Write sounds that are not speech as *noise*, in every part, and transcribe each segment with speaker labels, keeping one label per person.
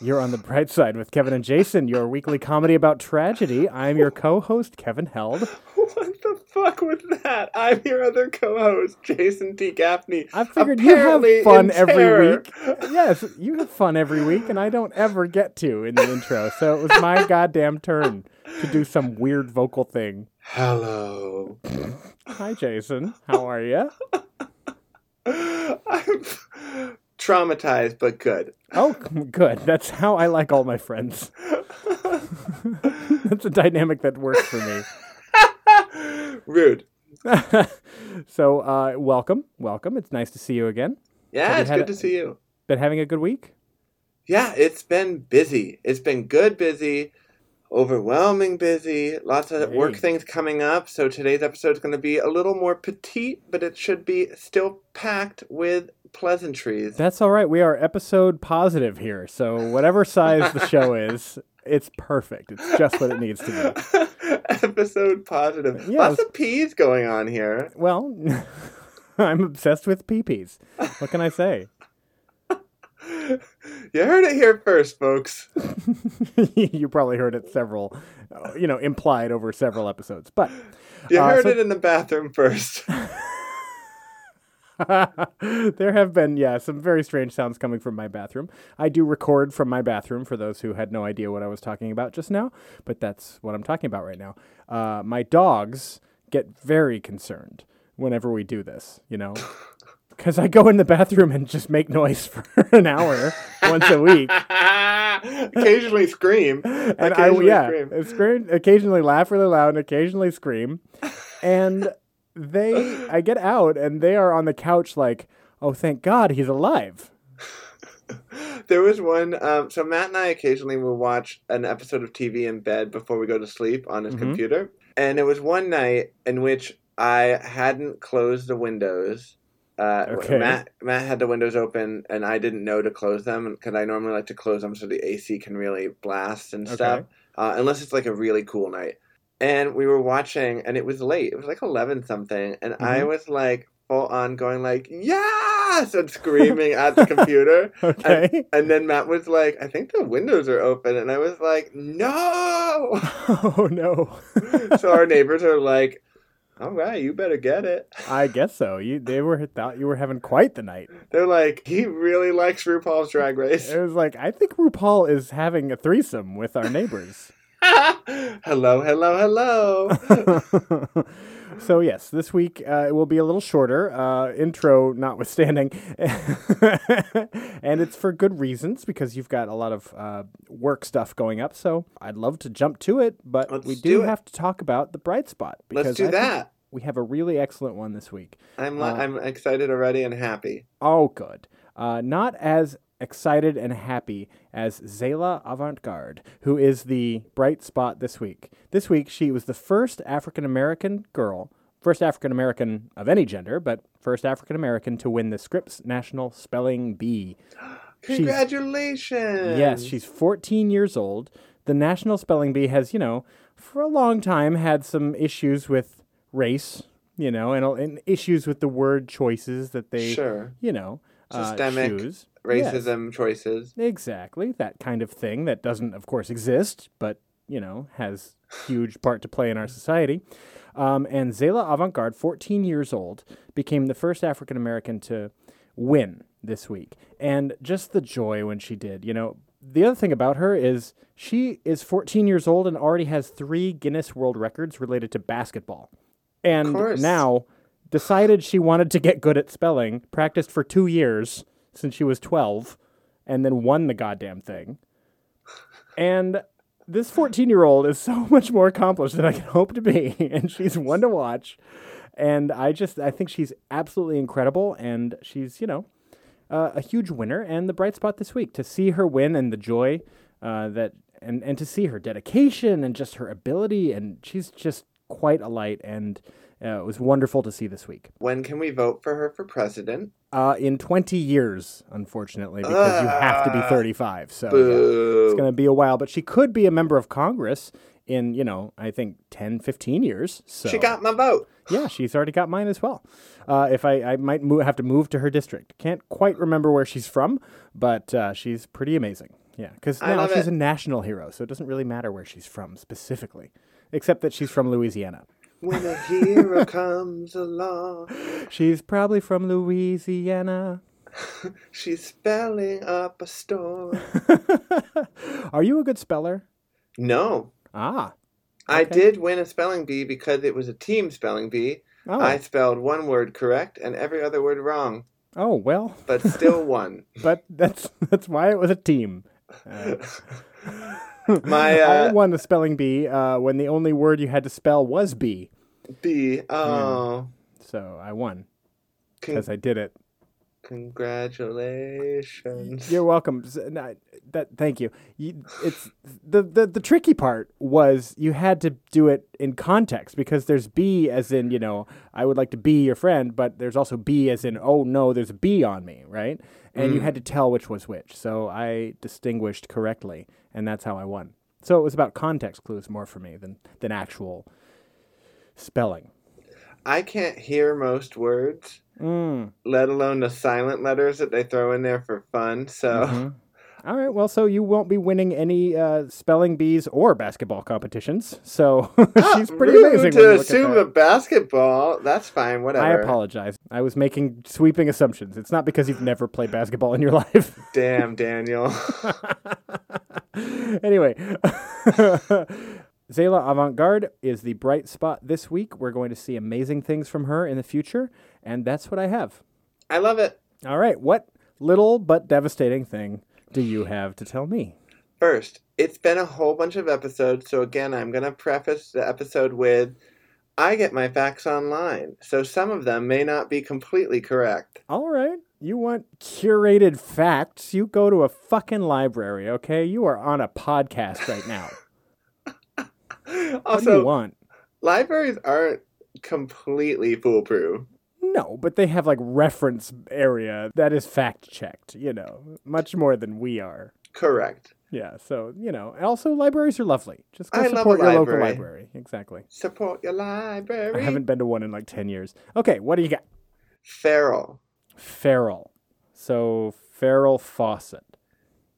Speaker 1: You're on the bright side with Kevin and Jason, your weekly comedy about tragedy. I'm your co-host Kevin Held.
Speaker 2: *laughs* What the fuck with that? I'm your other co-host, Jason T. Gaffney.
Speaker 1: I figured
Speaker 2: Apparently
Speaker 1: you have fun
Speaker 2: in
Speaker 1: every
Speaker 2: terror.
Speaker 1: week. Yes, you have fun every week, and I don't ever get to in the intro. So it was my goddamn turn to do some weird vocal thing.
Speaker 2: Hello. *laughs*
Speaker 1: Hi, Jason. How are you?
Speaker 2: I'm traumatized, but good. *laughs*
Speaker 1: Oh, c- good. That's how I like all my friends. *laughs* That's a dynamic that works for me. *laughs*
Speaker 2: Rude.
Speaker 1: so, uh, welcome, welcome. It's nice to see you again. Have
Speaker 2: Yeah,
Speaker 1: you
Speaker 2: it's
Speaker 1: had
Speaker 2: good
Speaker 1: a-
Speaker 2: to see you.
Speaker 1: Been having a good week?
Speaker 2: Yeah, it's been busy. It's been good busy, overwhelming busy, lots of
Speaker 1: Hey.
Speaker 2: work things coming up. So today's episode is going to be a little more petite, but it should be still packed with pleasantries.
Speaker 1: That's all right. We are episode positive here, so whatever size the show is, it's perfect. It's just what it needs to be.
Speaker 2: *laughs* episode positive.
Speaker 1: Yeah,
Speaker 2: Lots
Speaker 1: it's-
Speaker 2: of peas going on here.
Speaker 1: Well, *laughs* I'm obsessed with peepees. What can I say? *laughs*
Speaker 2: You heard it here first, folks.
Speaker 1: you probably heard it several, uh, you know, implied over several episodes, but
Speaker 2: You
Speaker 1: Uh,
Speaker 2: heard
Speaker 1: so-
Speaker 2: it in the
Speaker 1: *laughs*
Speaker 2: bathroom first. *laughs*
Speaker 1: there have been, yeah, some very strange sounds coming from my bathroom. I do record from my bathroom for those who had no idea what I was talking about just now, but that's what I'm talking about right now. Uh, my dogs get very concerned whenever we do this, you know, because I go in the bathroom and just make noise *laughs* for an hour once a week.
Speaker 2: Occasionally scream.
Speaker 1: And I,
Speaker 2: Occasionally
Speaker 1: yeah,
Speaker 2: scream.
Speaker 1: scream, occasionally laugh really loud and occasionally scream. And they, I get out and they are on the couch like, oh, thank God he's alive.
Speaker 2: *laughs* There was one. Um, so Matt and I occasionally will watch an episode of TV in bed before we go to sleep on his
Speaker 1: Mhm.
Speaker 2: computer. And it was one night in which I hadn't closed the windows. Uh,
Speaker 1: Okay.
Speaker 2: Matt Matt had the windows open, and I didn't know to close them because I normally like to close them so the AC can really blast and stuff.
Speaker 1: Okay.
Speaker 2: Uh, unless it's like a really cool night. And we were watching, and it was late. It was like eleven something, and I
Speaker 1: Mhm.
Speaker 2: was like full on going like yes and screaming at
Speaker 1: *laughs*
Speaker 2: the computer.
Speaker 1: Okay. *laughs*
Speaker 2: And then Matt was like, I think the windows are open. And I was like, no. *laughs*
Speaker 1: oh no.
Speaker 2: so our neighbors are like, all right, you better get it.
Speaker 1: I guess so. You they were thought you were having quite the night.
Speaker 2: They're like, he really likes RuPaul's Drag Race. *laughs*
Speaker 1: It was like I think RuPaul is having a threesome with our neighbors.
Speaker 2: hello, hello,
Speaker 1: *laughs*
Speaker 2: hello.
Speaker 1: so yes, this week uh, it will be a little shorter, uh, intro notwithstanding, *laughs* and it's for good reasons because you've got a lot of uh, work stuff going up. So I'd love to jump to it, but
Speaker 2: Let's
Speaker 1: we
Speaker 2: do
Speaker 1: do
Speaker 2: it.
Speaker 1: have to talk about the bright spot because I
Speaker 2: Let's do
Speaker 1: think
Speaker 2: that.
Speaker 1: we have a really excellent one this week.
Speaker 2: I'm,
Speaker 1: uh,
Speaker 2: I'm excited already and happy.
Speaker 1: Oh, good. Uh, not as excited and happy as Zayla Avantgarde, who is the bright spot this week. This week, she was the first African American girl, first African American of any gender, but first African American to win the Scripps National Spelling Bee. She's-
Speaker 2: Congratulations.
Speaker 1: Yes, she's 14 years old. The National Spelling Bee has, you know, for a long time had some issues with race, you know, and, and issues with the word choices that they,
Speaker 2: Sure.
Speaker 1: you know, uh,
Speaker 2: Systemic
Speaker 1: choose. Yes.
Speaker 2: Racism choices.
Speaker 1: Exactly. That kind of thing that doesn't, of course, exist, but, you know, has huge part to play in our society. Um, and Zayla Avantgarde, 14 years old, became the first African American to win this week. And just the joy when she did. You know, the other thing about her is she is 14 years old and already has three Guinness World Records related to basketball. And
Speaker 2: course.
Speaker 1: now decided she wanted to get good at spelling, practiced for two years since she was 12 and then won the goddamn thing. And this 14 year old is so *laughs* much more accomplished than I can hope to be. *laughs* And she's one to watch. And I just, I think she's absolutely incredible. And she's, you know, uh, a huge winner and the bright spot this week. To see her win and the joy uh, that and and to see her dedication and just her ability, and she's just quite a light. And uh, it was wonderful to see this week.
Speaker 2: When can we vote for her for president?
Speaker 1: Uh, in 20 years, unfortunately, because you have to be
Speaker 2: Ah.
Speaker 1: 35. So yeah, it's
Speaker 2: Boo.
Speaker 1: going to be a while. But she could be a member of Congress in, you know, I think 10, 15 years. So
Speaker 2: She got my vote.
Speaker 1: yeah, she's already got mine as well. Uh, if I, I might mo- have to move to her district. Can't quite remember where she's from, but uh, she's pretty amazing. Yeah, because
Speaker 2: I
Speaker 1: now
Speaker 2: love
Speaker 1: she's
Speaker 2: it.
Speaker 1: a national hero, so it doesn't really matter where she's from specifically, except that she's from Louisiana.
Speaker 2: When a hero *laughs* comes along,
Speaker 1: She's probably from Louisiana. *laughs*
Speaker 2: she's spelling up a storm.
Speaker 1: Are you a good speller?
Speaker 2: No,
Speaker 1: Ah.
Speaker 2: I
Speaker 1: Okay.
Speaker 2: did win a spelling bee because it was a team spelling bee.
Speaker 1: Oh,
Speaker 2: I spelled one word correct and every other word wrong,
Speaker 1: oh well,
Speaker 2: but
Speaker 1: *laughs*
Speaker 2: still won.
Speaker 1: but that's *laughs* that's why it was a team. Uh,
Speaker 2: My
Speaker 1: I
Speaker 2: uh,
Speaker 1: won the spelling bee uh, when the only word you had to spell was bee, Hmm.
Speaker 2: bee. Oh,
Speaker 1: so I won
Speaker 2: con-
Speaker 1: because I did
Speaker 2: *laughs*
Speaker 1: it.
Speaker 2: congratulations.
Speaker 1: You're welcome. S- no, I- that, thank you. you it's the, the the tricky part was you had to do it in context because there's be as in you know I would like to be your friend, but there's also be as in oh no, there's a bee on me, right? And you
Speaker 2: Mm.
Speaker 1: had to tell which was which. So I distinguished correctly, and that's how I won. So it was about context clues more for me than than actual spelling.
Speaker 2: I can't hear most words,
Speaker 1: Mm.
Speaker 2: let alone the silent letters that they throw in there for fun. So *laughs*
Speaker 1: Mhm. All right, well, so you won't be winning any uh, spelling bees or basketball competitions. So *laughs* she's pretty
Speaker 2: Ah, rude
Speaker 1: amazing. when you
Speaker 2: to
Speaker 1: look at
Speaker 2: assume
Speaker 1: that.
Speaker 2: a basketball. That's fine. Whatever.
Speaker 1: I apologize. I was making sweeping assumptions. It's not because you've never played basketball in your *laughs* life. *laughs*
Speaker 2: Damn, Daniel.
Speaker 1: anyway, *laughs* Zayla Avant Garde is the bright spot this week. We're going to see amazing things from her in the future, and that's what I have.
Speaker 2: I love it.
Speaker 1: All right, what little but devastating thing do you have to tell me?
Speaker 2: First, it's been a whole bunch of episodes, so again, I'm going to preface the episode with I get my facts online, so some of them may not be completely correct.
Speaker 1: All right. You want curated facts? You go to a fucking library, okay? You are on a podcast right
Speaker 2: *laughs*
Speaker 1: now. what do you
Speaker 2: Also,
Speaker 1: want?
Speaker 2: libraries aren't completely foolproof.
Speaker 1: No, but they have like reference area that is fact checked, you know, much more than we are.
Speaker 2: Correct.
Speaker 1: Yeah, so, you know, and also libraries are lovely. Just go
Speaker 2: I love a
Speaker 1: support your local
Speaker 2: library.
Speaker 1: library. Exactly.
Speaker 2: Support your library.
Speaker 1: I haven't been to one in like 10 years. Okay, what do you got?
Speaker 2: Feral.
Speaker 1: Feral. So, feral faucet.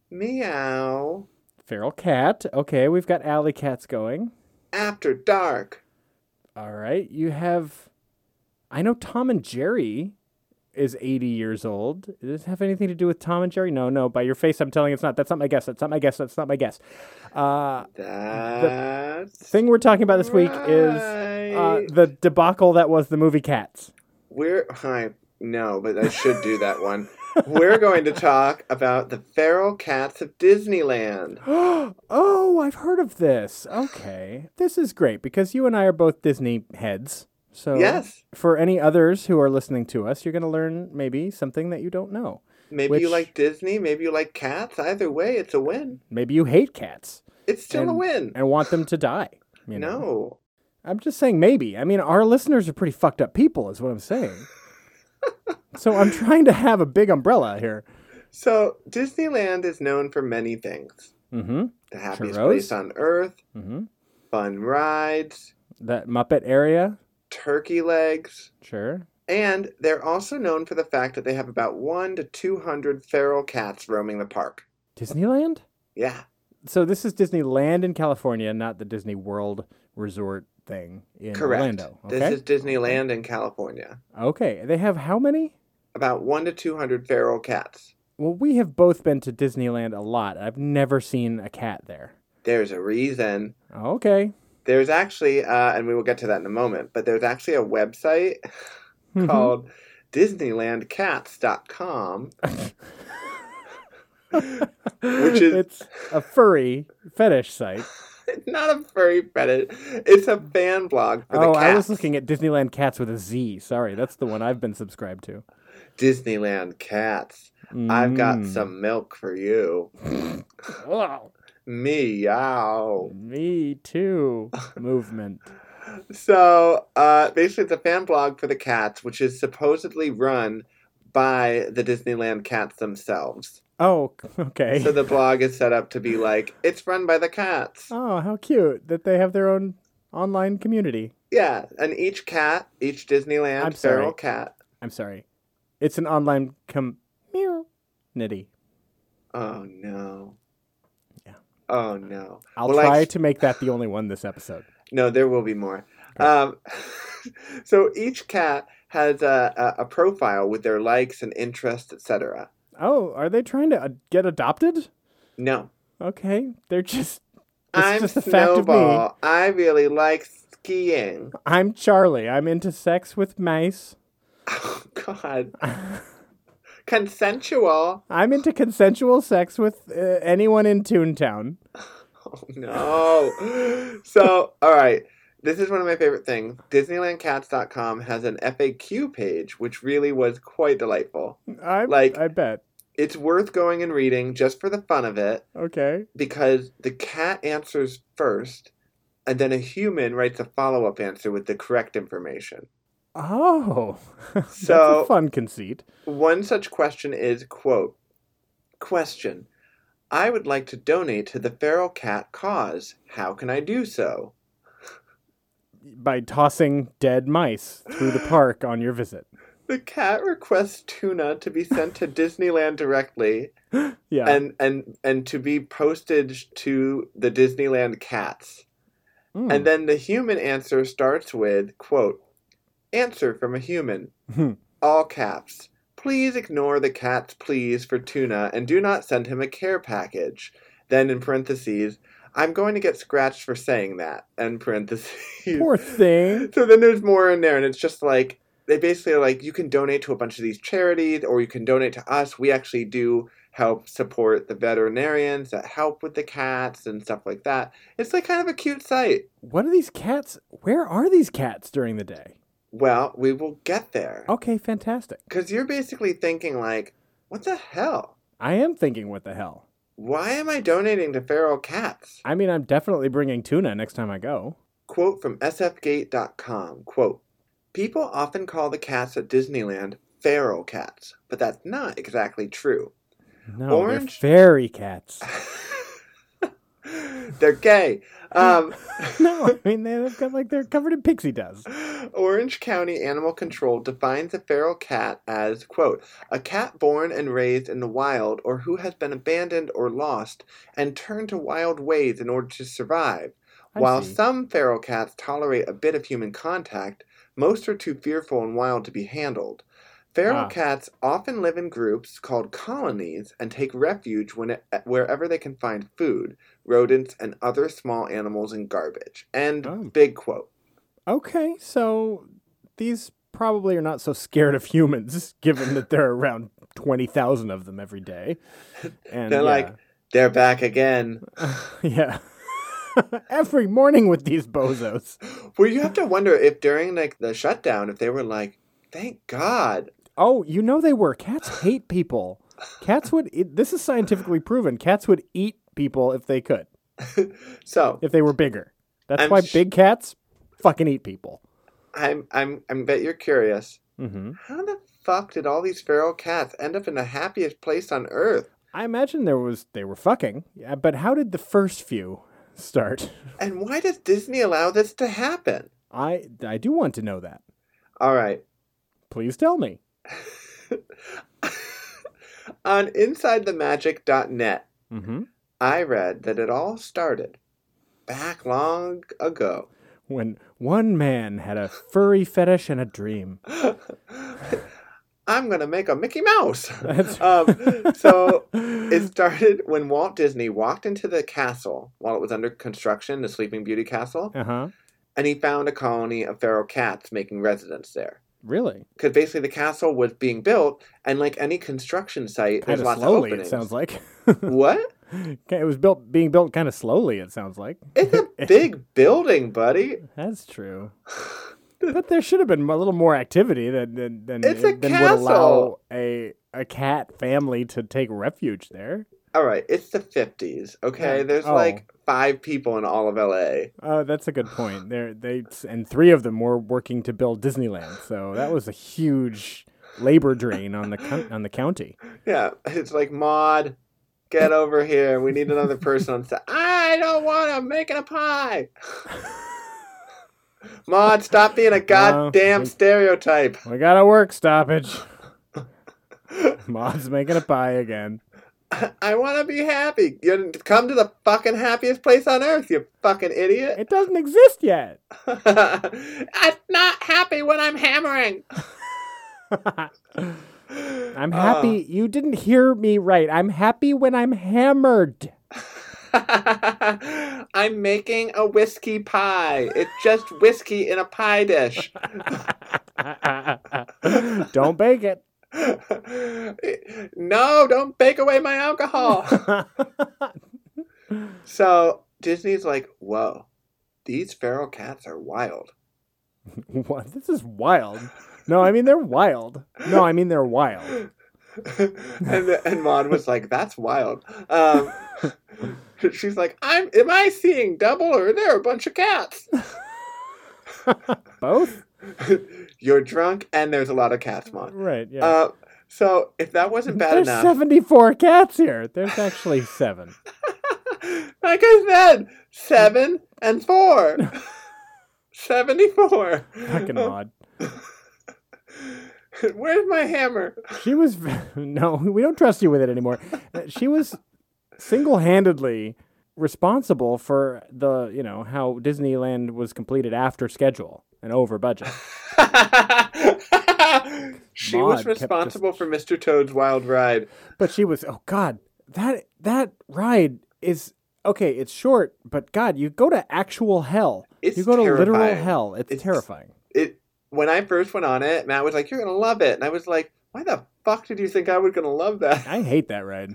Speaker 2: Meow.
Speaker 1: Feral cat. Okay, we've got alley cats going.
Speaker 2: After dark.
Speaker 1: All right. You have. I know Tom and Jerry is 80 years old. Does it have anything to do with Tom and Jerry? No, no. By your face, I'm telling it's not. That's not my guess. That's not my guess. That's not my guess. Uh,
Speaker 2: That's.
Speaker 1: thing we're talking about this week is uh,
Speaker 2: right.
Speaker 1: the debacle that was the movie Cats. *gasps*
Speaker 2: We're I no, but I should do that one. We're going to talk about the feral cats of Disneyland.
Speaker 1: oh, I've heard of this. Okay. This is great because you and I are both Disney heads. So,
Speaker 2: Yes.
Speaker 1: for any others who are listening to us, you're going to learn maybe something that you don't know.
Speaker 2: Maybe you
Speaker 1: Which-
Speaker 2: like Disney, maybe you like cats. Either way, it's a win.
Speaker 1: Maybe you hate cats.
Speaker 2: It's still a win.
Speaker 1: and want them to die. You know?
Speaker 2: No.
Speaker 1: I'm just saying maybe. I mean, our listeners are pretty fucked up people, is what I'm
Speaker 2: *laughs*
Speaker 1: saying. so I'm trying to have a big umbrella here.
Speaker 2: So Disneyland is known for many things.
Speaker 1: Mm-hmm.
Speaker 2: The happiest
Speaker 1: Churros?
Speaker 2: place on earth,
Speaker 1: Mm-hmm.
Speaker 2: fun rides,
Speaker 1: That Muppet area,
Speaker 2: turkey legs,
Speaker 1: sure.
Speaker 2: and they're also known for the fact that they have about one to two hundred feral cats roaming the park.
Speaker 1: Disneyland.
Speaker 2: Yeah.
Speaker 1: So this is Disneyland in California, not the Disney World Resort thing in
Speaker 2: Correct.
Speaker 1: Orlando. Okay.
Speaker 2: This is Disneyland in California.
Speaker 1: Okay. They have how many?
Speaker 2: about one to two hundred feral cats.
Speaker 1: Well, we have both been to Disneyland a lot. I've never seen a cat there.
Speaker 2: There's a reason.
Speaker 1: Okay.
Speaker 2: There's actually, uh, and we will get to that in a moment, but there's actually a website
Speaker 1: Mm-hmm.
Speaker 2: called DisneylandCats.com. Which is-
Speaker 1: it's a furry fetish site.
Speaker 2: *laughs* It's not a furry fetish. It's a fan blog for
Speaker 1: oh,
Speaker 2: the cats.
Speaker 1: I was looking at Disneyland Cats with a Z. Sorry, that's the one I've been subscribed to.
Speaker 2: Disneyland Cats. I've got
Speaker 1: Mm.
Speaker 2: some milk for you.
Speaker 1: Oh,
Speaker 2: Meow.
Speaker 1: Me
Speaker 2: *laughs*
Speaker 1: too movement.
Speaker 2: So uh, basically, it's a fan blog for the cats, which is supposedly run by the Disneyland cats themselves.
Speaker 1: Oh, *laughs* okay.
Speaker 2: So the blog is set up to be like, it's run by the cats.
Speaker 1: Oh, how cute that they have their own online community.
Speaker 2: Yeah, and each cat, each Disneyland
Speaker 1: I'm
Speaker 2: feral
Speaker 1: sorry.
Speaker 2: cat.
Speaker 1: I'm sorry. It's an online community.
Speaker 2: Oh no.
Speaker 1: Yeah.
Speaker 2: Oh no.
Speaker 1: I'll
Speaker 2: Well, I
Speaker 1: try
Speaker 2: ex-
Speaker 1: to make that the only one this episode.
Speaker 2: No, there will be more. Um, *laughs* so each cat has a, a, a profile with their likes and interests, etc.
Speaker 1: Oh, are they trying to uh, get adopted?
Speaker 2: No,
Speaker 1: Okay, they're just. It's
Speaker 2: I'm
Speaker 1: just a fact of me.
Speaker 2: Snowball. I really like skiing. *laughs*
Speaker 1: I'm Charlie. I'm into sex with mice.
Speaker 2: Oh
Speaker 1: *laughs*
Speaker 2: God. Consensual.
Speaker 1: I'm into consensual sex with uh, anyone in Toontown.
Speaker 2: Oh *laughs* no. so, all right. This is one of my favorite things. DisneylandCats.com has an FAQ page, which really was quite delightful.
Speaker 1: I
Speaker 2: Like-
Speaker 1: I bet.
Speaker 2: It's worth going and reading just for the fun of it.
Speaker 1: Okay.
Speaker 2: because the cat answers first and then a human writes a follow-up answer with the correct information
Speaker 1: Oh, *laughs* that's a
Speaker 2: So-
Speaker 1: fun conceit.
Speaker 2: one such question is quote question i would like to donate to the feral cat cause how can i do so
Speaker 1: By tossing dead mice through the park on your visit.
Speaker 2: the cat requests tuna to be sent to disneyland directly
Speaker 1: Yeah.
Speaker 2: and and and to be postage to the disneyland cats
Speaker 1: Mm.
Speaker 2: And then the human answer starts with, quote, answer from a human,
Speaker 1: Hmm.
Speaker 2: all caps. Please ignore the cat's pleas for tuna and do not send him a care package. Then in parentheses, I'm going to get scratched for saying that, end parentheses.
Speaker 1: Poor thing.
Speaker 2: *laughs* so then there's more in there, and it's just like, they basically are like, you can donate to a bunch of these charities, or you can donate to us. We actually do help support the veterinarians that help with the cats and stuff like that. It's like kind of a cute site.
Speaker 1: What are these cats? Where are these cats during the day?
Speaker 2: Well, we will get there.
Speaker 1: Okay, fantastic.
Speaker 2: Because you're basically thinking, like, what the hell?
Speaker 1: I am thinking, what the hell?
Speaker 2: Why am I donating to feral cats?
Speaker 1: I mean, I'm definitely bringing tuna next time I go.
Speaker 2: Quote from sfgate.com Quote People often call the cats at Disneyland feral cats, but that's not exactly true.
Speaker 1: No,
Speaker 2: Orange-
Speaker 1: they're fairy cats.
Speaker 2: They're gay. Um,
Speaker 1: *laughs* no, I mean they've got like they're covered in pixie dust.
Speaker 2: Orange County Animal Control defines a feral cat as, quote, a cat born and raised in the wild or who has been abandoned or lost and turned to wild ways in order to survive.
Speaker 1: I
Speaker 2: While
Speaker 1: see.
Speaker 2: some feral cats tolerate a bit of human contact, most are too fearful and wild to be handled. Feral
Speaker 1: Ah.
Speaker 2: cats often live in groups called colonies and take refuge when wherever they can find food, rodents, and other small animals and garbage. And
Speaker 1: Oh.
Speaker 2: big quote.
Speaker 1: Okay, so these probably are not so scared of humans, *laughs* given that there are around twenty thousand of them every day. And
Speaker 2: They're
Speaker 1: yeah.
Speaker 2: like, they're back again.
Speaker 1: *laughs* yeah. Every morning with these bozos.
Speaker 2: Well, you have to wonder if during like the shutdown, if they were like, "Thank God."
Speaker 1: Oh, you know they were. Cats hate people. Cats would. It, this is scientifically proven. Cats would eat people if they could,
Speaker 2: So
Speaker 1: if they were bigger. That's
Speaker 2: I'm
Speaker 1: why
Speaker 2: sh-
Speaker 1: big cats fucking eat people.
Speaker 2: I'm, I'm, I bet you're curious.
Speaker 1: hmm
Speaker 2: How the fuck did all these feral cats end up in the happiest place on earth?
Speaker 1: I imagine there was they were fucking, yeah, but how did the first few start?
Speaker 2: And why does Disney allow this to happen?
Speaker 1: I I do want to know that.
Speaker 2: All right.
Speaker 1: Please tell me.
Speaker 2: on InsideTheMagic.net,
Speaker 1: hmm
Speaker 2: I read that it all started back long ago.
Speaker 1: When one man had a furry fetish and a dream.
Speaker 2: I'm gonna make a Mickey Mouse.
Speaker 1: *laughs* That's-
Speaker 2: *laughs* um, so
Speaker 1: *laughs*
Speaker 2: It started when Walt Disney walked into the castle while it was under construction, the Sleeping Beauty Castle,
Speaker 1: Uh huh.
Speaker 2: and he found a colony of feral cats making residence there.
Speaker 1: Really?
Speaker 2: Because basically the castle was being built, and like any construction site,
Speaker 1: Kind
Speaker 2: there's
Speaker 1: of
Speaker 2: lots
Speaker 1: slowly.
Speaker 2: of
Speaker 1: It
Speaker 2: openings.
Speaker 1: sounds like. *laughs*
Speaker 2: What?
Speaker 1: it was built being built kind of slowly. It sounds like.
Speaker 2: It's
Speaker 1: *laughs*
Speaker 2: a big building, buddy.
Speaker 1: That's
Speaker 2: *laughs*
Speaker 1: true. but there should have been a little more activity than than, than,
Speaker 2: It's a
Speaker 1: than would allow
Speaker 2: castle.
Speaker 1: a a cat family to take refuge there.
Speaker 2: all right, it's the 50s, okay?
Speaker 1: Yeah.
Speaker 2: There's
Speaker 1: Oh.
Speaker 2: like five people in all of LA.
Speaker 1: Uh, that's a good point. They're, they and three of them were working to build Disneyland, so that was a huge labor drain on the coun on the county.
Speaker 2: Yeah, it's like Maud, get over here. We need another person on set. I don't want to make it a
Speaker 1: *laughs*
Speaker 2: pie. Maud, stop being a goddamn
Speaker 1: we-
Speaker 2: stereotype. *laughs*
Speaker 1: We got a work *laughs* stoppage. Mod's making a pie again.
Speaker 2: I want to be happy. You come to the fucking happiest place on earth, you fucking idiot.
Speaker 1: It doesn't exist yet. *laughs*
Speaker 2: *laughs* I'm not happy when I'm hammering.
Speaker 1: I'm happy. you didn't hear me right. I'm happy when I'm *laughs* hammered.
Speaker 2: *laughs* I'm making a whiskey pie. It's just whiskey in a pie dish.
Speaker 1: Don't bake it. *laughs*
Speaker 2: *laughs* no, don't bake away
Speaker 1: *laughs*
Speaker 2: my alcohol. so Disney's like, whoa, these feral cats are wild. *laughs*
Speaker 1: what? This is wild. No, I mean they're wild. No, I mean they're wild.
Speaker 2: and and Maud was like, that's wild.
Speaker 1: *laughs*
Speaker 2: Um, she's like, I'm. Am I seeing double or there are a bunch of cats?
Speaker 1: Both?
Speaker 2: You're drunk and there's a lot of cats, Maud.
Speaker 1: Right, yeah.
Speaker 2: Uh, so if that wasn't bad
Speaker 1: There's
Speaker 2: enough,
Speaker 1: 74 cats here. There's actually seven.
Speaker 2: *laughs* like I said, seven and
Speaker 1: *laughs*
Speaker 2: four. *laughs* 74. *laughs*
Speaker 1: Fucking
Speaker 2: Oh.
Speaker 1: odd.
Speaker 2: Where's my hammer?
Speaker 1: She was. *laughs* No, we don't trust you with it anymore. Uh, She was single handedly responsible for the, you know, how Disneyland was completed after schedule and over
Speaker 2: *laughs*
Speaker 1: budget.
Speaker 2: she
Speaker 1: Maud
Speaker 2: was
Speaker 1: kept just-
Speaker 2: responsible for Mr. Toad's wild ride.
Speaker 1: But she was. Oh, God. That, that ride is. Okay, it's short, but God, you go to actual hell.
Speaker 2: It's
Speaker 1: you go to literal
Speaker 2: terrifying.
Speaker 1: hell. It's,
Speaker 2: It's-
Speaker 1: terrifying.
Speaker 2: It when I first went on it, Matt was like, "You're gonna love it," and I was like, "Why the fuck did you think I was gonna love that?" *laughs*
Speaker 1: I hate that ride.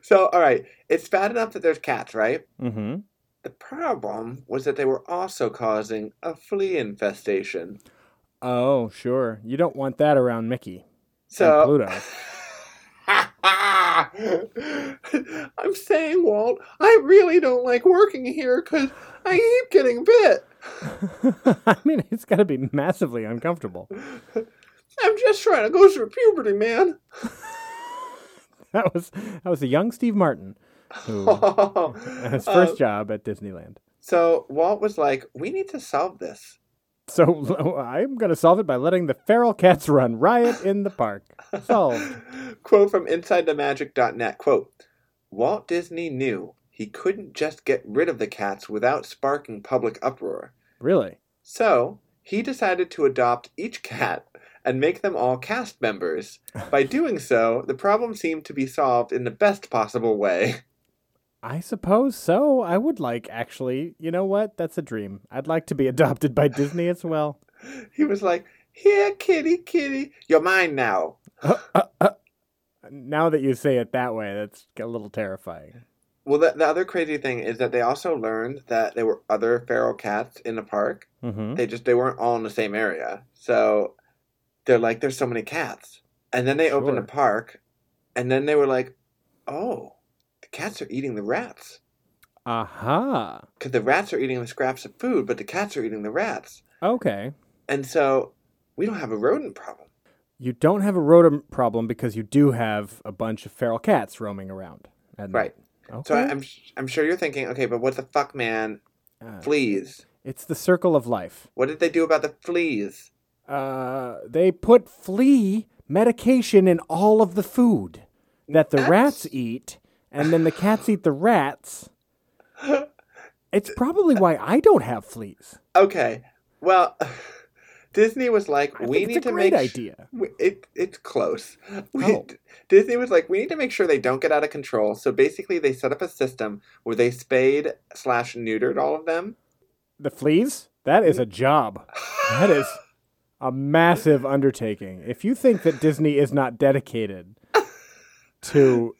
Speaker 2: so, all right, it's bad enough that there's cats, right?
Speaker 1: hmm
Speaker 2: The problem was that they were also causing a flea infestation.
Speaker 1: Oh, sure. You don't want that around Mickey.
Speaker 2: So
Speaker 1: Pluto.
Speaker 2: *laughs* I'm saying, Walt, I really don't like working here because I keep getting bit.
Speaker 1: *laughs* I mean, it's got to be massively uncomfortable.
Speaker 2: I'm just trying to go through puberty, man. *laughs*
Speaker 1: That was that was a young Steve Martin,
Speaker 2: *laughs*
Speaker 1: who his
Speaker 2: Uh,
Speaker 1: first job at Disneyland.
Speaker 2: so Walt was like, "We need to solve this." *laughs*
Speaker 1: So I'm gonna solve it by letting the feral cats run riot in the park. Solved.
Speaker 2: quote from InsideTheMagic.net. Quote: Walt Disney knew he couldn't just get rid of the cats without sparking public uproar.
Speaker 1: Really?
Speaker 2: So he decided to adopt each cat and make them all cast members. By doing so, the problem seemed to be solved in the best possible way. *laughs*
Speaker 1: I suppose so. I would like actually. You know what? That's a dream. I'd like to be adopted by Disney as well.
Speaker 2: He was like, Here, kitty, kitty, you're mine now.
Speaker 1: Uh, Now that you say it that way, that's a little terrifying.
Speaker 2: Well, the, the other crazy thing is that they also learned that there were other feral cats in the park.
Speaker 1: Mm-hmm.
Speaker 2: They just they weren't all in the same area. So they're like, there's so many cats. And then they opened the
Speaker 1: Sure.
Speaker 2: park, and then they were like, oh, the cats are eating the rats.
Speaker 1: Aha.
Speaker 2: because the rats are eating the scraps of food, but the cats are eating the rats.
Speaker 1: Okay.
Speaker 2: And so we don't have a rodent problem.
Speaker 1: You don't have a rodent problem because you do have a bunch of feral cats roaming around. at
Speaker 2: Right.
Speaker 1: night. Okay.
Speaker 2: So I, I'm I'm sure you're thinking, okay, but what the fuck, man?
Speaker 1: Uh,
Speaker 2: Fleas.
Speaker 1: It's the circle of life.
Speaker 2: What did they do about the fleas?
Speaker 1: Uh, they put flea medication in all of the food that the rats eat, and then the cats eat the
Speaker 2: *laughs*
Speaker 1: rats. It's probably why I don't have fleas.
Speaker 2: Okay. Well, *laughs* Disney was like,
Speaker 1: I
Speaker 2: we
Speaker 1: think
Speaker 2: need
Speaker 1: it's a
Speaker 2: to
Speaker 1: great
Speaker 2: make su-
Speaker 1: idea.
Speaker 2: we- It it's close. *laughs* We,
Speaker 1: Oh.
Speaker 2: Disney was like, we need to make sure they don't get out of control. So basically, they set up a system where they spayed slash neutered all of them.
Speaker 1: The fleas? That is a job. That is a massive undertaking. If you think that Disney is not dedicated to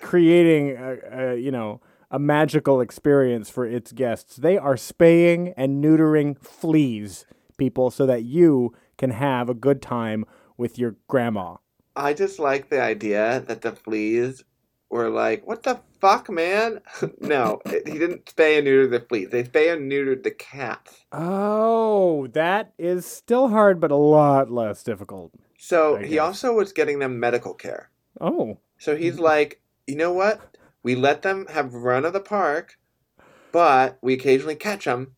Speaker 1: creating, a, a, you know, a magical experience for its guests, they are spaying and neutering fleas, people, so that you can have a good time with your grandma.
Speaker 2: I just like the idea that the fleas were like, "What the fuck, man?" *laughs* no, it- he didn't spay and neuter the fleas. They spay and neutered the cats.
Speaker 1: Oh, that is still hard, but a lot less difficult.
Speaker 2: So
Speaker 1: I
Speaker 2: he
Speaker 1: guess.
Speaker 2: also was getting them medical care.
Speaker 1: Oh,
Speaker 2: So he's like, "You know what? We let them have run of the park, but we occasionally catch them,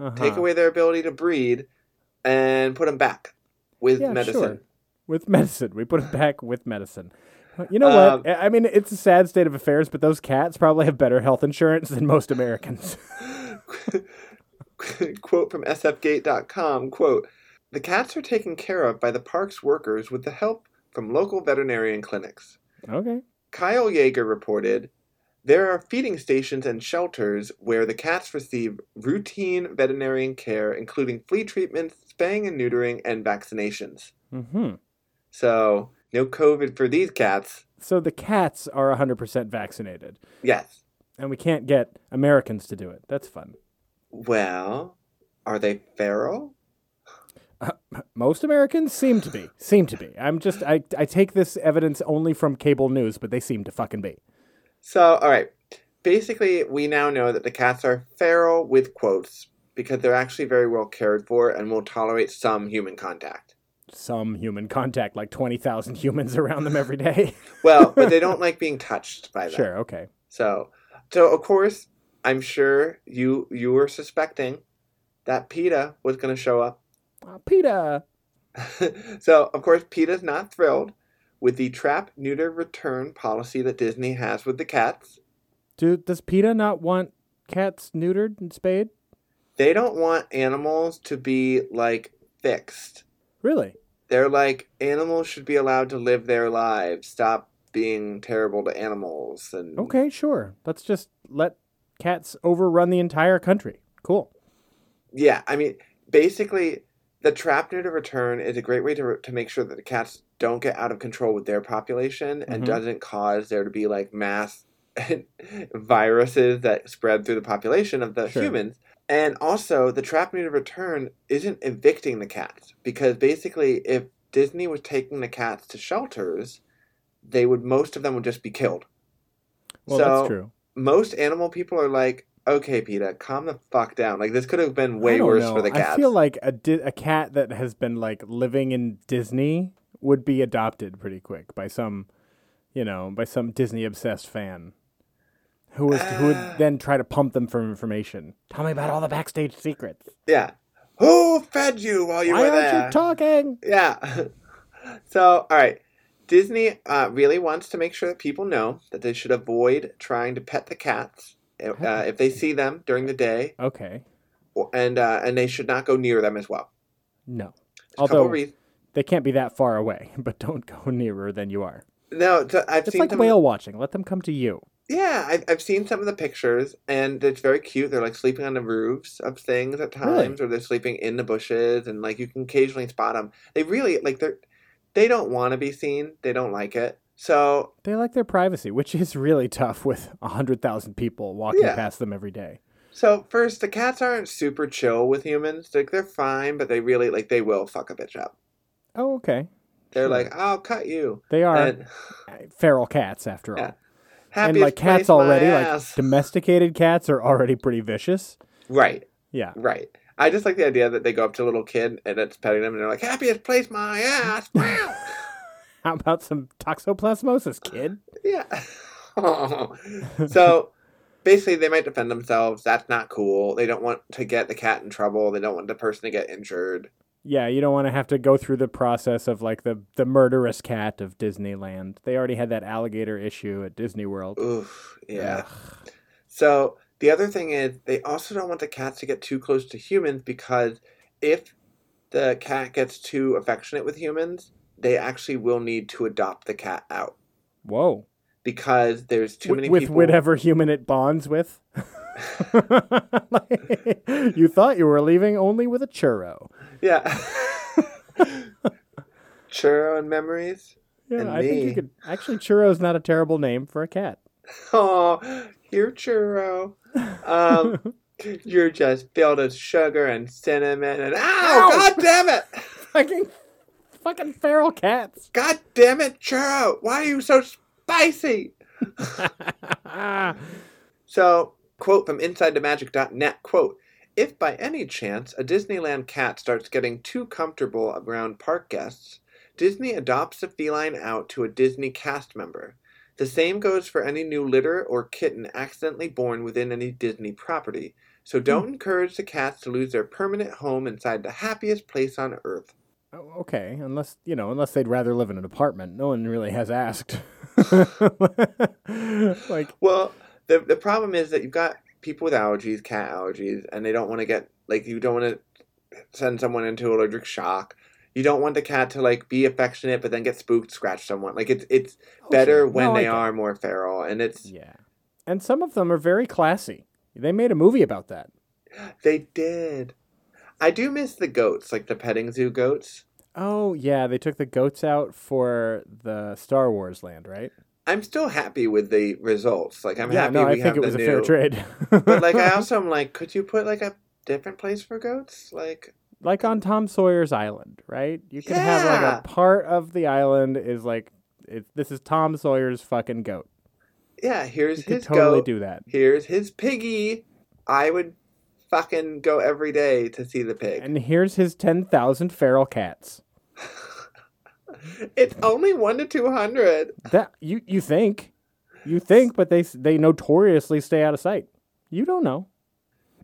Speaker 1: uh-huh.
Speaker 2: take away their ability to breed, and put them back with
Speaker 1: Yeah,
Speaker 2: medicine." *laughs*
Speaker 1: sure. with *laughs* medicine. We put it back with medicine. Uh, You know
Speaker 2: Um,
Speaker 1: what? I I mean, it's a sad state of affairs, but those cats probably have better health insurance than most Americans. *laughs*
Speaker 2: quote from sfgate.com quote the cats are taken care of by the park's workers with the help from local veterinarian clinics
Speaker 1: okay.
Speaker 2: kyle yeager reported there are feeding stations and shelters where the cats receive routine veterinarian care including flea treatments spaying and neutering and vaccinations
Speaker 1: Mm-hmm.
Speaker 2: so no covid for these cats
Speaker 1: So the cats are 100% vaccinated,
Speaker 2: yes
Speaker 1: and we can't get Americans to do it. That's fun. *clears throat*
Speaker 2: well are they feral
Speaker 1: Most Americans seem to be. Seem to be. I'm just, I, I take this evidence only from cable news, but they seem to fucking be.
Speaker 2: So, all right. Basically, we now know that the cats are feral with quotes because they're actually very well cared for and will tolerate some human contact.
Speaker 1: Some human contact, like 20,000 *laughs* humans around them every day.
Speaker 2: Well, but they don't like being touched by them.
Speaker 1: sure, okay.
Speaker 2: So, so of course, I'm sure you you were suspecting that PETA was going to show up.
Speaker 1: Uh, PETA!
Speaker 2: so, of course, PETA's not thrilled with the trap, neuter, return policy that Disney has with the cats.
Speaker 1: Do, does PETA not want cats neutered and spayed?
Speaker 2: They don't want animals to be like fixed.
Speaker 1: Really?
Speaker 2: They're like animals should be allowed to live their lives. Stop being terrible to animals and
Speaker 1: Okay, sure. Let's just let cats overrun the entire country. Cool.
Speaker 2: Yeah, I mean, basically, the trap neuter return is a great way to to make sure that the cats don't get out of control with their population and
Speaker 1: Mhm.
Speaker 2: doesn't cause there to be like mass *laughs* viruses that spread through the population of the
Speaker 1: Sure.
Speaker 2: humans. And also, the trap neuter return isn't evicting the cats because basically, if Disney was taking the cats to shelters, they would most of them would just be killed.
Speaker 1: Well,
Speaker 2: So-
Speaker 1: that's true.
Speaker 2: Most animal people are like, "Okay, PETA, calm the fuck down. Like this could have been
Speaker 1: I
Speaker 2: way
Speaker 1: don't
Speaker 2: worse
Speaker 1: know.
Speaker 2: for the cats."
Speaker 1: I feel like a di- a cat that has been like living in Disney would be adopted pretty quick by some, you know, by some Disney obsessed fan who was who
Speaker 2: Ah.
Speaker 1: would then try to pump them for information. Tell me about all the backstage secrets.
Speaker 2: Yeah. Who fed you while you
Speaker 1: Why
Speaker 2: were
Speaker 1: aren't
Speaker 2: there?
Speaker 1: you talking?
Speaker 2: yeah. *laughs* so, all right. Disney uh, really wants to make sure that people know that they should avoid trying to pet the cats uh, if they see them during the day,
Speaker 1: Okay.
Speaker 2: or- and uh, and they should not go near them as well.
Speaker 1: No.
Speaker 2: There's a couple
Speaker 1: Although
Speaker 2: reas-
Speaker 1: they can't be that far away, *laughs* but don't go nearer than you are.
Speaker 2: no, t- I've
Speaker 1: It's
Speaker 2: seen
Speaker 1: like
Speaker 2: some.
Speaker 1: whale watching. Let them come to you.
Speaker 2: Yeah, I've, I've seen some of the pictures, and it's very cute. They're like sleeping on the roofs of things at
Speaker 1: Really?
Speaker 2: times, or they're sleeping in the bushes, and like you can occasionally spot them. They really like they're they don't want to be seen. They don't like it. So
Speaker 1: They like their privacy, which is really *laughs* tough with 100,000 people walking
Speaker 2: Yeah.
Speaker 1: past them every day.
Speaker 2: so first, the cats aren't super chill with humans. Like they're fine, but they really like they will fuck a bitch up.
Speaker 1: Oh, okay.
Speaker 2: They're
Speaker 1: Sure.
Speaker 2: like, I'll cut you.
Speaker 1: They are
Speaker 2: And
Speaker 1: feral cats, after all.
Speaker 2: Yeah.
Speaker 1: and
Speaker 2: happiest
Speaker 1: like cats
Speaker 2: place, my
Speaker 1: already, like
Speaker 2: ass. *laughs*
Speaker 1: domesticated cats are already pretty vicious.
Speaker 2: right,
Speaker 1: Yeah. *laughs*
Speaker 2: right. I just like the idea that they go up to a little kid and it's petting them, and they're like, happiest place, my ass. Wow.
Speaker 1: How about some toxoplasmosis, kid?
Speaker 2: Yeah. *laughs* so basically, they might defend themselves. That's not cool. They don't want to get the cat in trouble. They don't want the person to get injured.
Speaker 1: Yeah, you don't want to have to go through the process of like the, the murderous cat of Disneyland. They already had that alligator issue at Disney World.
Speaker 2: Oof. Yeah.
Speaker 1: Ugh.
Speaker 2: So the other thing is, they also don't want the cats to get too close to humans because if the cat gets too affectionate with humans, they actually will need to adopt the cat out
Speaker 1: Whoa.
Speaker 2: because there's too
Speaker 1: Wi-
Speaker 2: many
Speaker 1: with
Speaker 2: people.
Speaker 1: whatever human it bonds with. *laughs* Like, you thought you were leaving only with a churro.
Speaker 2: Yeah. *laughs* Churro and memories.
Speaker 1: Yeah,
Speaker 2: And
Speaker 1: I think
Speaker 2: me.
Speaker 1: you could actually churro's not a terrible name for a
Speaker 2: *laughs*
Speaker 1: cat.
Speaker 2: Oh, your churro. Um, you're just filled with sugar and cinnamon and ow,
Speaker 1: Ow!
Speaker 2: God damn it!
Speaker 1: fucking fucking feral cats.
Speaker 2: *laughs* God damn it, churro! Why are you so spicy? So, quote from InsideTheMagic.net, quote, if by any chance a Disneyland cat starts getting too comfortable around park guests, Disney adopts the feline out to a Disney cast member. The same goes for any new litter or kitten accidentally born within any Disney property. So don't encourage the cats to lose their permanent home inside the happiest place on earth.
Speaker 1: Oh, okay, unless you know, unless they'd rather live in an apartment. No one really has asked. *laughs* like,
Speaker 2: Well, the the problem is that you've got people with allergies, cat allergies, and they don't want to get like you don't want to send someone into allergic shock. You don't want the cat to like be affectionate but then get spooked, scratch someone. Like it's it's
Speaker 1: oh,
Speaker 2: better
Speaker 1: sure.
Speaker 2: when
Speaker 1: No, I
Speaker 2: they
Speaker 1: get-
Speaker 2: are more feral, and it's
Speaker 1: Yeah, and some of them are very classy. They made a movie about that. Mm.
Speaker 2: they did. I do miss the goats, like the petting zoo goats.
Speaker 1: Oh yeah, they took the goats out for the Star Wars land, right?
Speaker 2: I'm still happy with the results. Like I'm
Speaker 1: yeah,
Speaker 2: happy
Speaker 1: no,
Speaker 2: we
Speaker 1: I think
Speaker 2: have
Speaker 1: it was
Speaker 2: the
Speaker 1: a
Speaker 2: new.
Speaker 1: fair trade. *laughs*
Speaker 2: *laughs* but like I also am like, could you put like a different place for goats? Like
Speaker 1: like on Tom Sawyer's Island, right? You can have like
Speaker 2: Yeah.
Speaker 1: a part of the island is like it, this is Tom Sawyer's fucking goat.
Speaker 2: yeah, here's
Speaker 1: You could
Speaker 2: his
Speaker 1: totally
Speaker 2: goat.
Speaker 1: do that.
Speaker 2: here's his piggy. I would fucking go every day to see the pig.
Speaker 1: And here's his ten thousand feral cats.
Speaker 2: it's only one to two hundred.
Speaker 1: That you you think, you think, but they they notoriously stay out of sight. You don't know.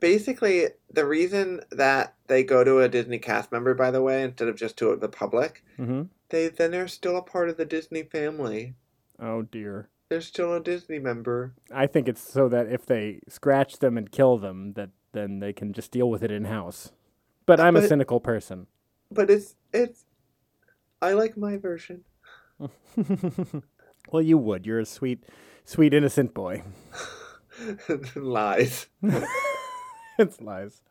Speaker 2: Basically, the reason that they go to a Disney cast member, by the way, instead of just to the public,
Speaker 1: Mm-hmm.
Speaker 2: they then are still a part of the Disney family.
Speaker 1: Oh dear.
Speaker 2: They're still a Disney member.
Speaker 1: I think it's so that if they scratch them and kill them, that then they can just deal with it in house. But I'm a
Speaker 2: But-
Speaker 1: cynical person.
Speaker 2: But it's it's. I like my version. *laughs*
Speaker 1: well, you would. You're a sweet, sweet innocent boy. *laughs*
Speaker 2: Lies. *laughs*
Speaker 1: it's lies.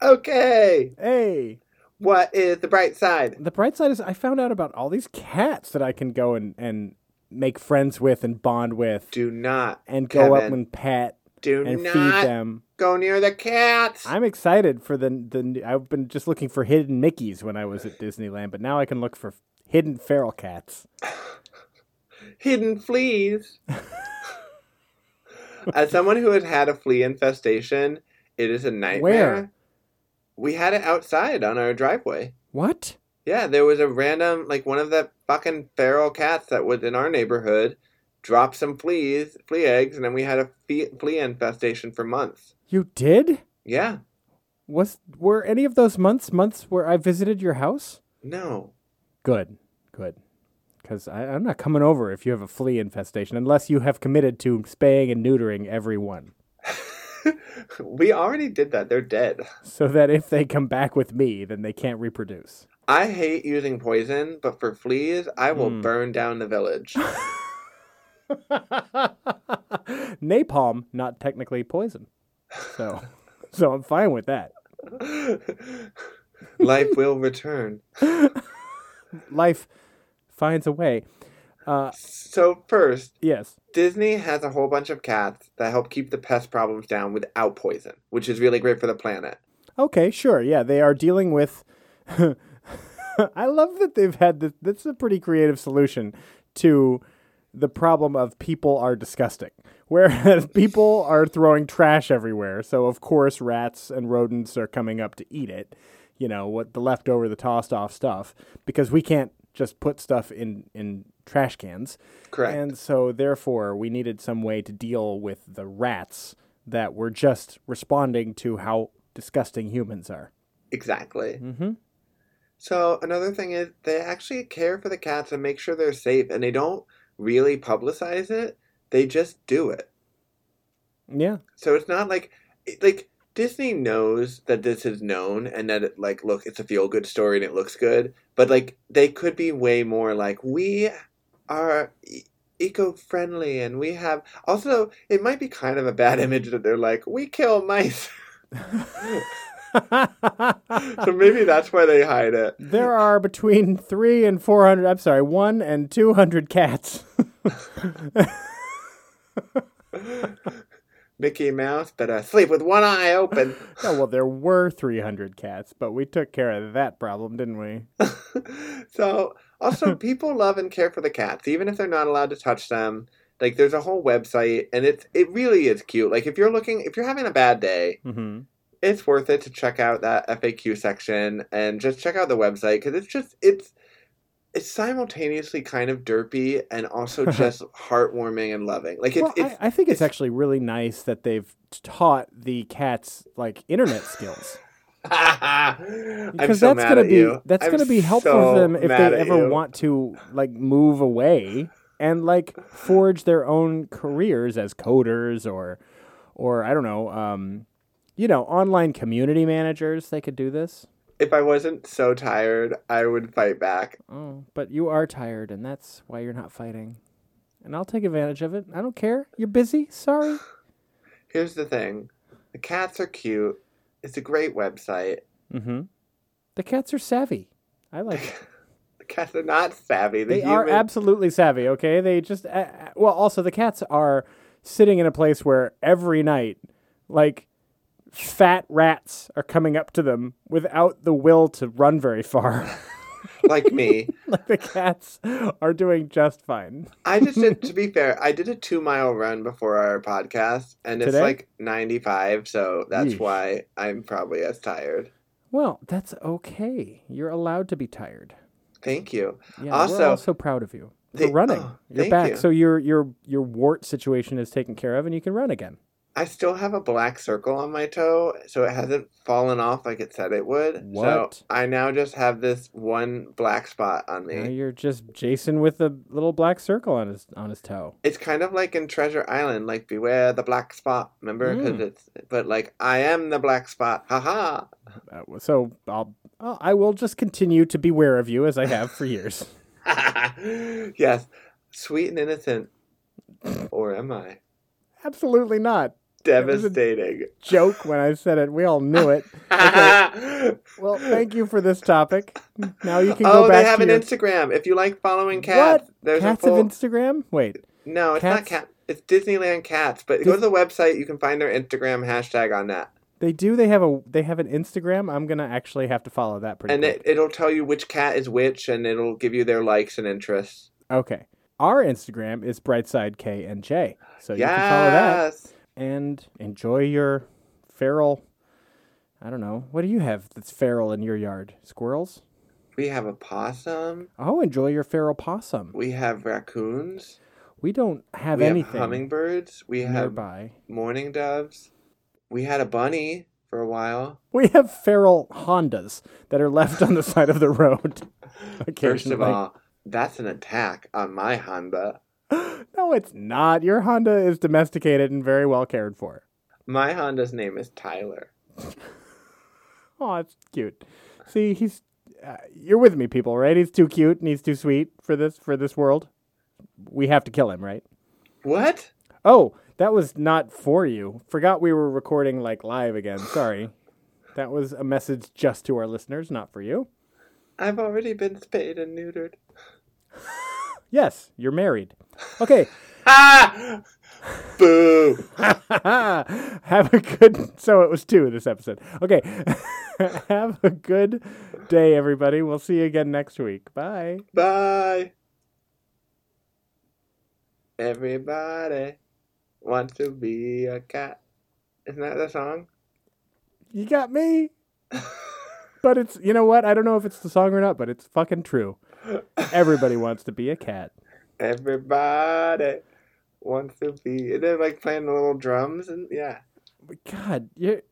Speaker 2: okay.
Speaker 1: Hey,
Speaker 2: What is the bright side?
Speaker 1: the bright side is I found out about all these cats that I can go and and make friends with and bond with
Speaker 2: Do not.
Speaker 1: and go up
Speaker 2: Kevin.
Speaker 1: and pet
Speaker 2: Do
Speaker 1: and
Speaker 2: not
Speaker 1: feed them.
Speaker 2: go near the cats.
Speaker 1: I'm excited for the the. I've been just looking for hidden Mickey's when I was at Disneyland, but now I can look for hidden feral cats.
Speaker 2: Hidden fleas. As someone who has had a flea infestation, it is a nightmare.
Speaker 1: Where?
Speaker 2: We had it outside on our driveway.
Speaker 1: What?
Speaker 2: Yeah, there was a random, like one of the fucking feral cats that was in our neighborhood dropped some fleas, flea eggs, and then we had a fee- flea infestation for months.
Speaker 1: You did?
Speaker 2: Yeah,
Speaker 1: Was were any of those months months where I visited your house?
Speaker 2: no. *laughs*
Speaker 1: Good, good. Because I'm not coming over if you have a flea infestation, unless you have committed to spaying and neutering everyone,
Speaker 2: we already did that. They're dead.
Speaker 1: so that if they come back with me, then they can't reproduce. *laughs*
Speaker 2: I hate using poison, but for fleas, I will
Speaker 1: Hmm.
Speaker 2: burn down the village.
Speaker 1: Napalm, not technically poison, so *laughs* so I'm fine with that.
Speaker 2: Life will return.
Speaker 1: Life finds a way. Uh,
Speaker 2: So, first,
Speaker 1: yes.
Speaker 2: Disney has a whole bunch of cats that help keep the pest problems down without poison, which is really great for the planet.
Speaker 1: Okay, sure. Yeah, they are dealing with. *laughs* I love that they've had this. That's a pretty creative solution to the problem of people are disgusting. *laughs* Whereas people are throwing trash everywhere, so of course rats and rodents are coming up to eat it. You know what the leftover, the tossed off stuff, because we can't just put stuff in in trash cans.
Speaker 2: Correct.
Speaker 1: And so, therefore, we needed some way to deal with the rats that were just responding to how disgusting humans are.
Speaker 2: exactly.
Speaker 1: Mm-hmm.
Speaker 2: So, another thing is they actually care for the cats and make sure they're safe, and they don't really publicize it, they just do it.
Speaker 1: Yeah.
Speaker 2: So it's not like it- like Disney knows that this is known and that it, like look, it's a feel good story and it looks good, but like they could be way more like we are eco friendly and we have also it might be kind of a bad *laughs* image that they're like we kill mice. *laughs* so maybe that's why they hide it.
Speaker 1: there are between three and four hundred. I'm sorry, one and *laughs* two hundred cats.
Speaker 2: Mickey Mouse better sleep with one eye open.
Speaker 1: Oh, well, there were 300 cats, but we took care of that problem, didn't we?
Speaker 2: so
Speaker 1: *laughs*
Speaker 2: also people love and care for the cats even if they're not allowed to touch them like there's a whole website and it's it really is cute like if you're looking if you're having a bad day
Speaker 1: Mm-hmm.
Speaker 2: it's worth it to check out that faq section and just check out the website because it's just it's it's simultaneously kind of derpy and
Speaker 1: *laughs*
Speaker 2: also just heartwarming and loving like it's,
Speaker 1: well,
Speaker 2: it's
Speaker 1: I, I think it's,
Speaker 2: it's-
Speaker 1: actually really nice that they've taught the cats like internet skills
Speaker 2: *laughs* I'm
Speaker 1: because
Speaker 2: so
Speaker 1: that's
Speaker 2: mad
Speaker 1: gonna
Speaker 2: at
Speaker 1: be
Speaker 2: you.
Speaker 1: that's
Speaker 2: I'm
Speaker 1: gonna be helpful
Speaker 2: so
Speaker 1: for them if
Speaker 2: mad
Speaker 1: they
Speaker 2: at
Speaker 1: ever
Speaker 2: you.
Speaker 1: want to like move away and like forge their own careers as coders or or I don't know, um, you know, online community managers. They could do this.
Speaker 2: If I wasn't so tired, I would fight back.
Speaker 1: Oh, but you are tired, and that's why you're not fighting. And I'll take advantage of it. I don't care. You're busy.
Speaker 2: *laughs*
Speaker 1: Sorry.
Speaker 2: Here's the thing the cats are cute. It's a great website.
Speaker 1: Mm-hmm. The cats are savvy. I like it.
Speaker 2: The cats are not savvy. The
Speaker 1: they are
Speaker 2: human-
Speaker 1: absolutely savvy okay they just uh, uh, well also the cats are sitting in a place where every night like fat rats are coming up to them without the will to run very far *laughs*
Speaker 2: like me.
Speaker 1: like the cats are doing just fine
Speaker 2: I just did, to be fair, I did a two mile run before our podcast, and it's
Speaker 1: Today?
Speaker 2: like 95, so that's
Speaker 1: Yeesh.
Speaker 2: why I'm probably as tired.
Speaker 1: well that's okay you're allowed to be tired
Speaker 2: Thank you.
Speaker 1: yeah we're
Speaker 2: Also-
Speaker 1: all so proud of you
Speaker 2: They-
Speaker 1: for running
Speaker 2: oh,
Speaker 1: you're
Speaker 2: thank
Speaker 1: back
Speaker 2: you.
Speaker 1: so your your your wart situation is taken care of and you can run again
Speaker 2: I still have a black circle on my toe, so it hasn't fallen off like it said it would.
Speaker 1: What?
Speaker 2: So I now just have this one black spot on me.
Speaker 1: now you're just jason with a little black circle on his on his toe
Speaker 2: It's kind of like in Treasure Island, like beware the black spot, remember? 'Cause
Speaker 1: Mm.
Speaker 2: it's but like I am the black spot, haha. *laughs*
Speaker 1: Uh, so I'll, I'll I will just continue to beware of you as I have for
Speaker 2: *laughs*
Speaker 1: years.
Speaker 2: yes, sweet and innocent, or am I?
Speaker 1: Absolutely not. was a- *laughs*
Speaker 2: Devastating.
Speaker 1: Joke when I said it. We all knew it.
Speaker 2: *laughs*
Speaker 1: Well, thank you for this topic. Now you can go
Speaker 2: *laughs* oh,
Speaker 1: back
Speaker 2: they have
Speaker 1: to
Speaker 2: an
Speaker 1: your...
Speaker 2: Instagram. If you like following cats,
Speaker 1: What?
Speaker 2: there's
Speaker 1: Cats
Speaker 2: a full.
Speaker 1: of Instagram? Wait.
Speaker 2: No, it's not
Speaker 1: Cats?
Speaker 2: cat. It's Disneyland Cats. But go to the website. You can find their Instagram hashtag on that,
Speaker 1: They do they have a they have an Instagram? I'm going to actually have to follow that pretty
Speaker 2: and
Speaker 1: quick.
Speaker 2: it, it'll tell you which cat is which, and it'll give you their likes and interests.
Speaker 1: Okay. Our Instagram is brightside k and j. So you can follow that
Speaker 2: Yes.
Speaker 1: and enjoy your feral I don't know. What do you have that's feral in your yard? Squirrels?
Speaker 2: We have a possum.
Speaker 1: Oh, enjoy your feral possum.
Speaker 2: We have raccoons.
Speaker 1: We don't have
Speaker 2: we
Speaker 1: anything
Speaker 2: have hummingbirds. We have
Speaker 1: nearby.
Speaker 2: morning doves. We had a bunny for a while.
Speaker 1: We have feral Hondas that are left on the *laughs* side of the road.
Speaker 2: *laughs* First of
Speaker 1: occasionally.
Speaker 2: all, that's an attack on my Honda.
Speaker 1: no, it's not. Your Honda is domesticated and very well cared for.
Speaker 2: My Honda's name is Tyler.
Speaker 1: Oh, it's cute. See, he's uh, you're with me, people, right? He's too cute and he's too sweet for this for this world. We have to kill him, right?
Speaker 2: What?
Speaker 1: Oh, that was not for you. Forgot we were recording like live again. Sorry. That was a message just to our listeners, not for you.
Speaker 2: I've already been spayed and neutered.
Speaker 1: Yes, you're married. Okay. *laughs*
Speaker 2: Ah! Boo!
Speaker 1: Have a good. So it was two this episode. Okay. *laughs* Have a good day, everybody. We'll see you again next week. Bye.
Speaker 2: Bye. Everybody wants to be a cat. Isn't that the song?
Speaker 1: You got me. But it's you know what? I don't know if it's the song or not, but it's fucking true. Everybody wants to be a cat.
Speaker 2: Everybody wants to be. And they're like playing the little drums and yeah.
Speaker 1: But God, you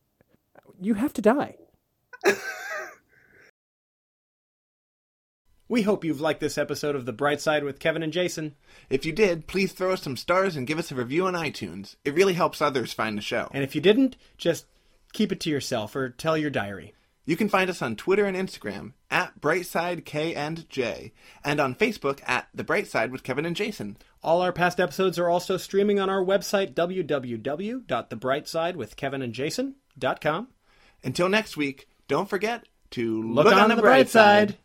Speaker 1: you have to die.
Speaker 3: We hope you've liked this episode of The Bright Side with Kevin and Jason.
Speaker 4: If you did, please throw us some stars and give us a review on iTunes. It really helps others find the show.
Speaker 3: And if you didn't, just keep it to yourself or tell your diary.
Speaker 4: You can find us on Twitter and Instagram at Brightside K and J, and on Facebook at The Bright Side with Kevin and Jason.
Speaker 3: All our past episodes are also streaming on our website, www.thebrightsidewithkevinandjason.com.
Speaker 4: Until next week, don't forget to
Speaker 3: Look, on, the bright side.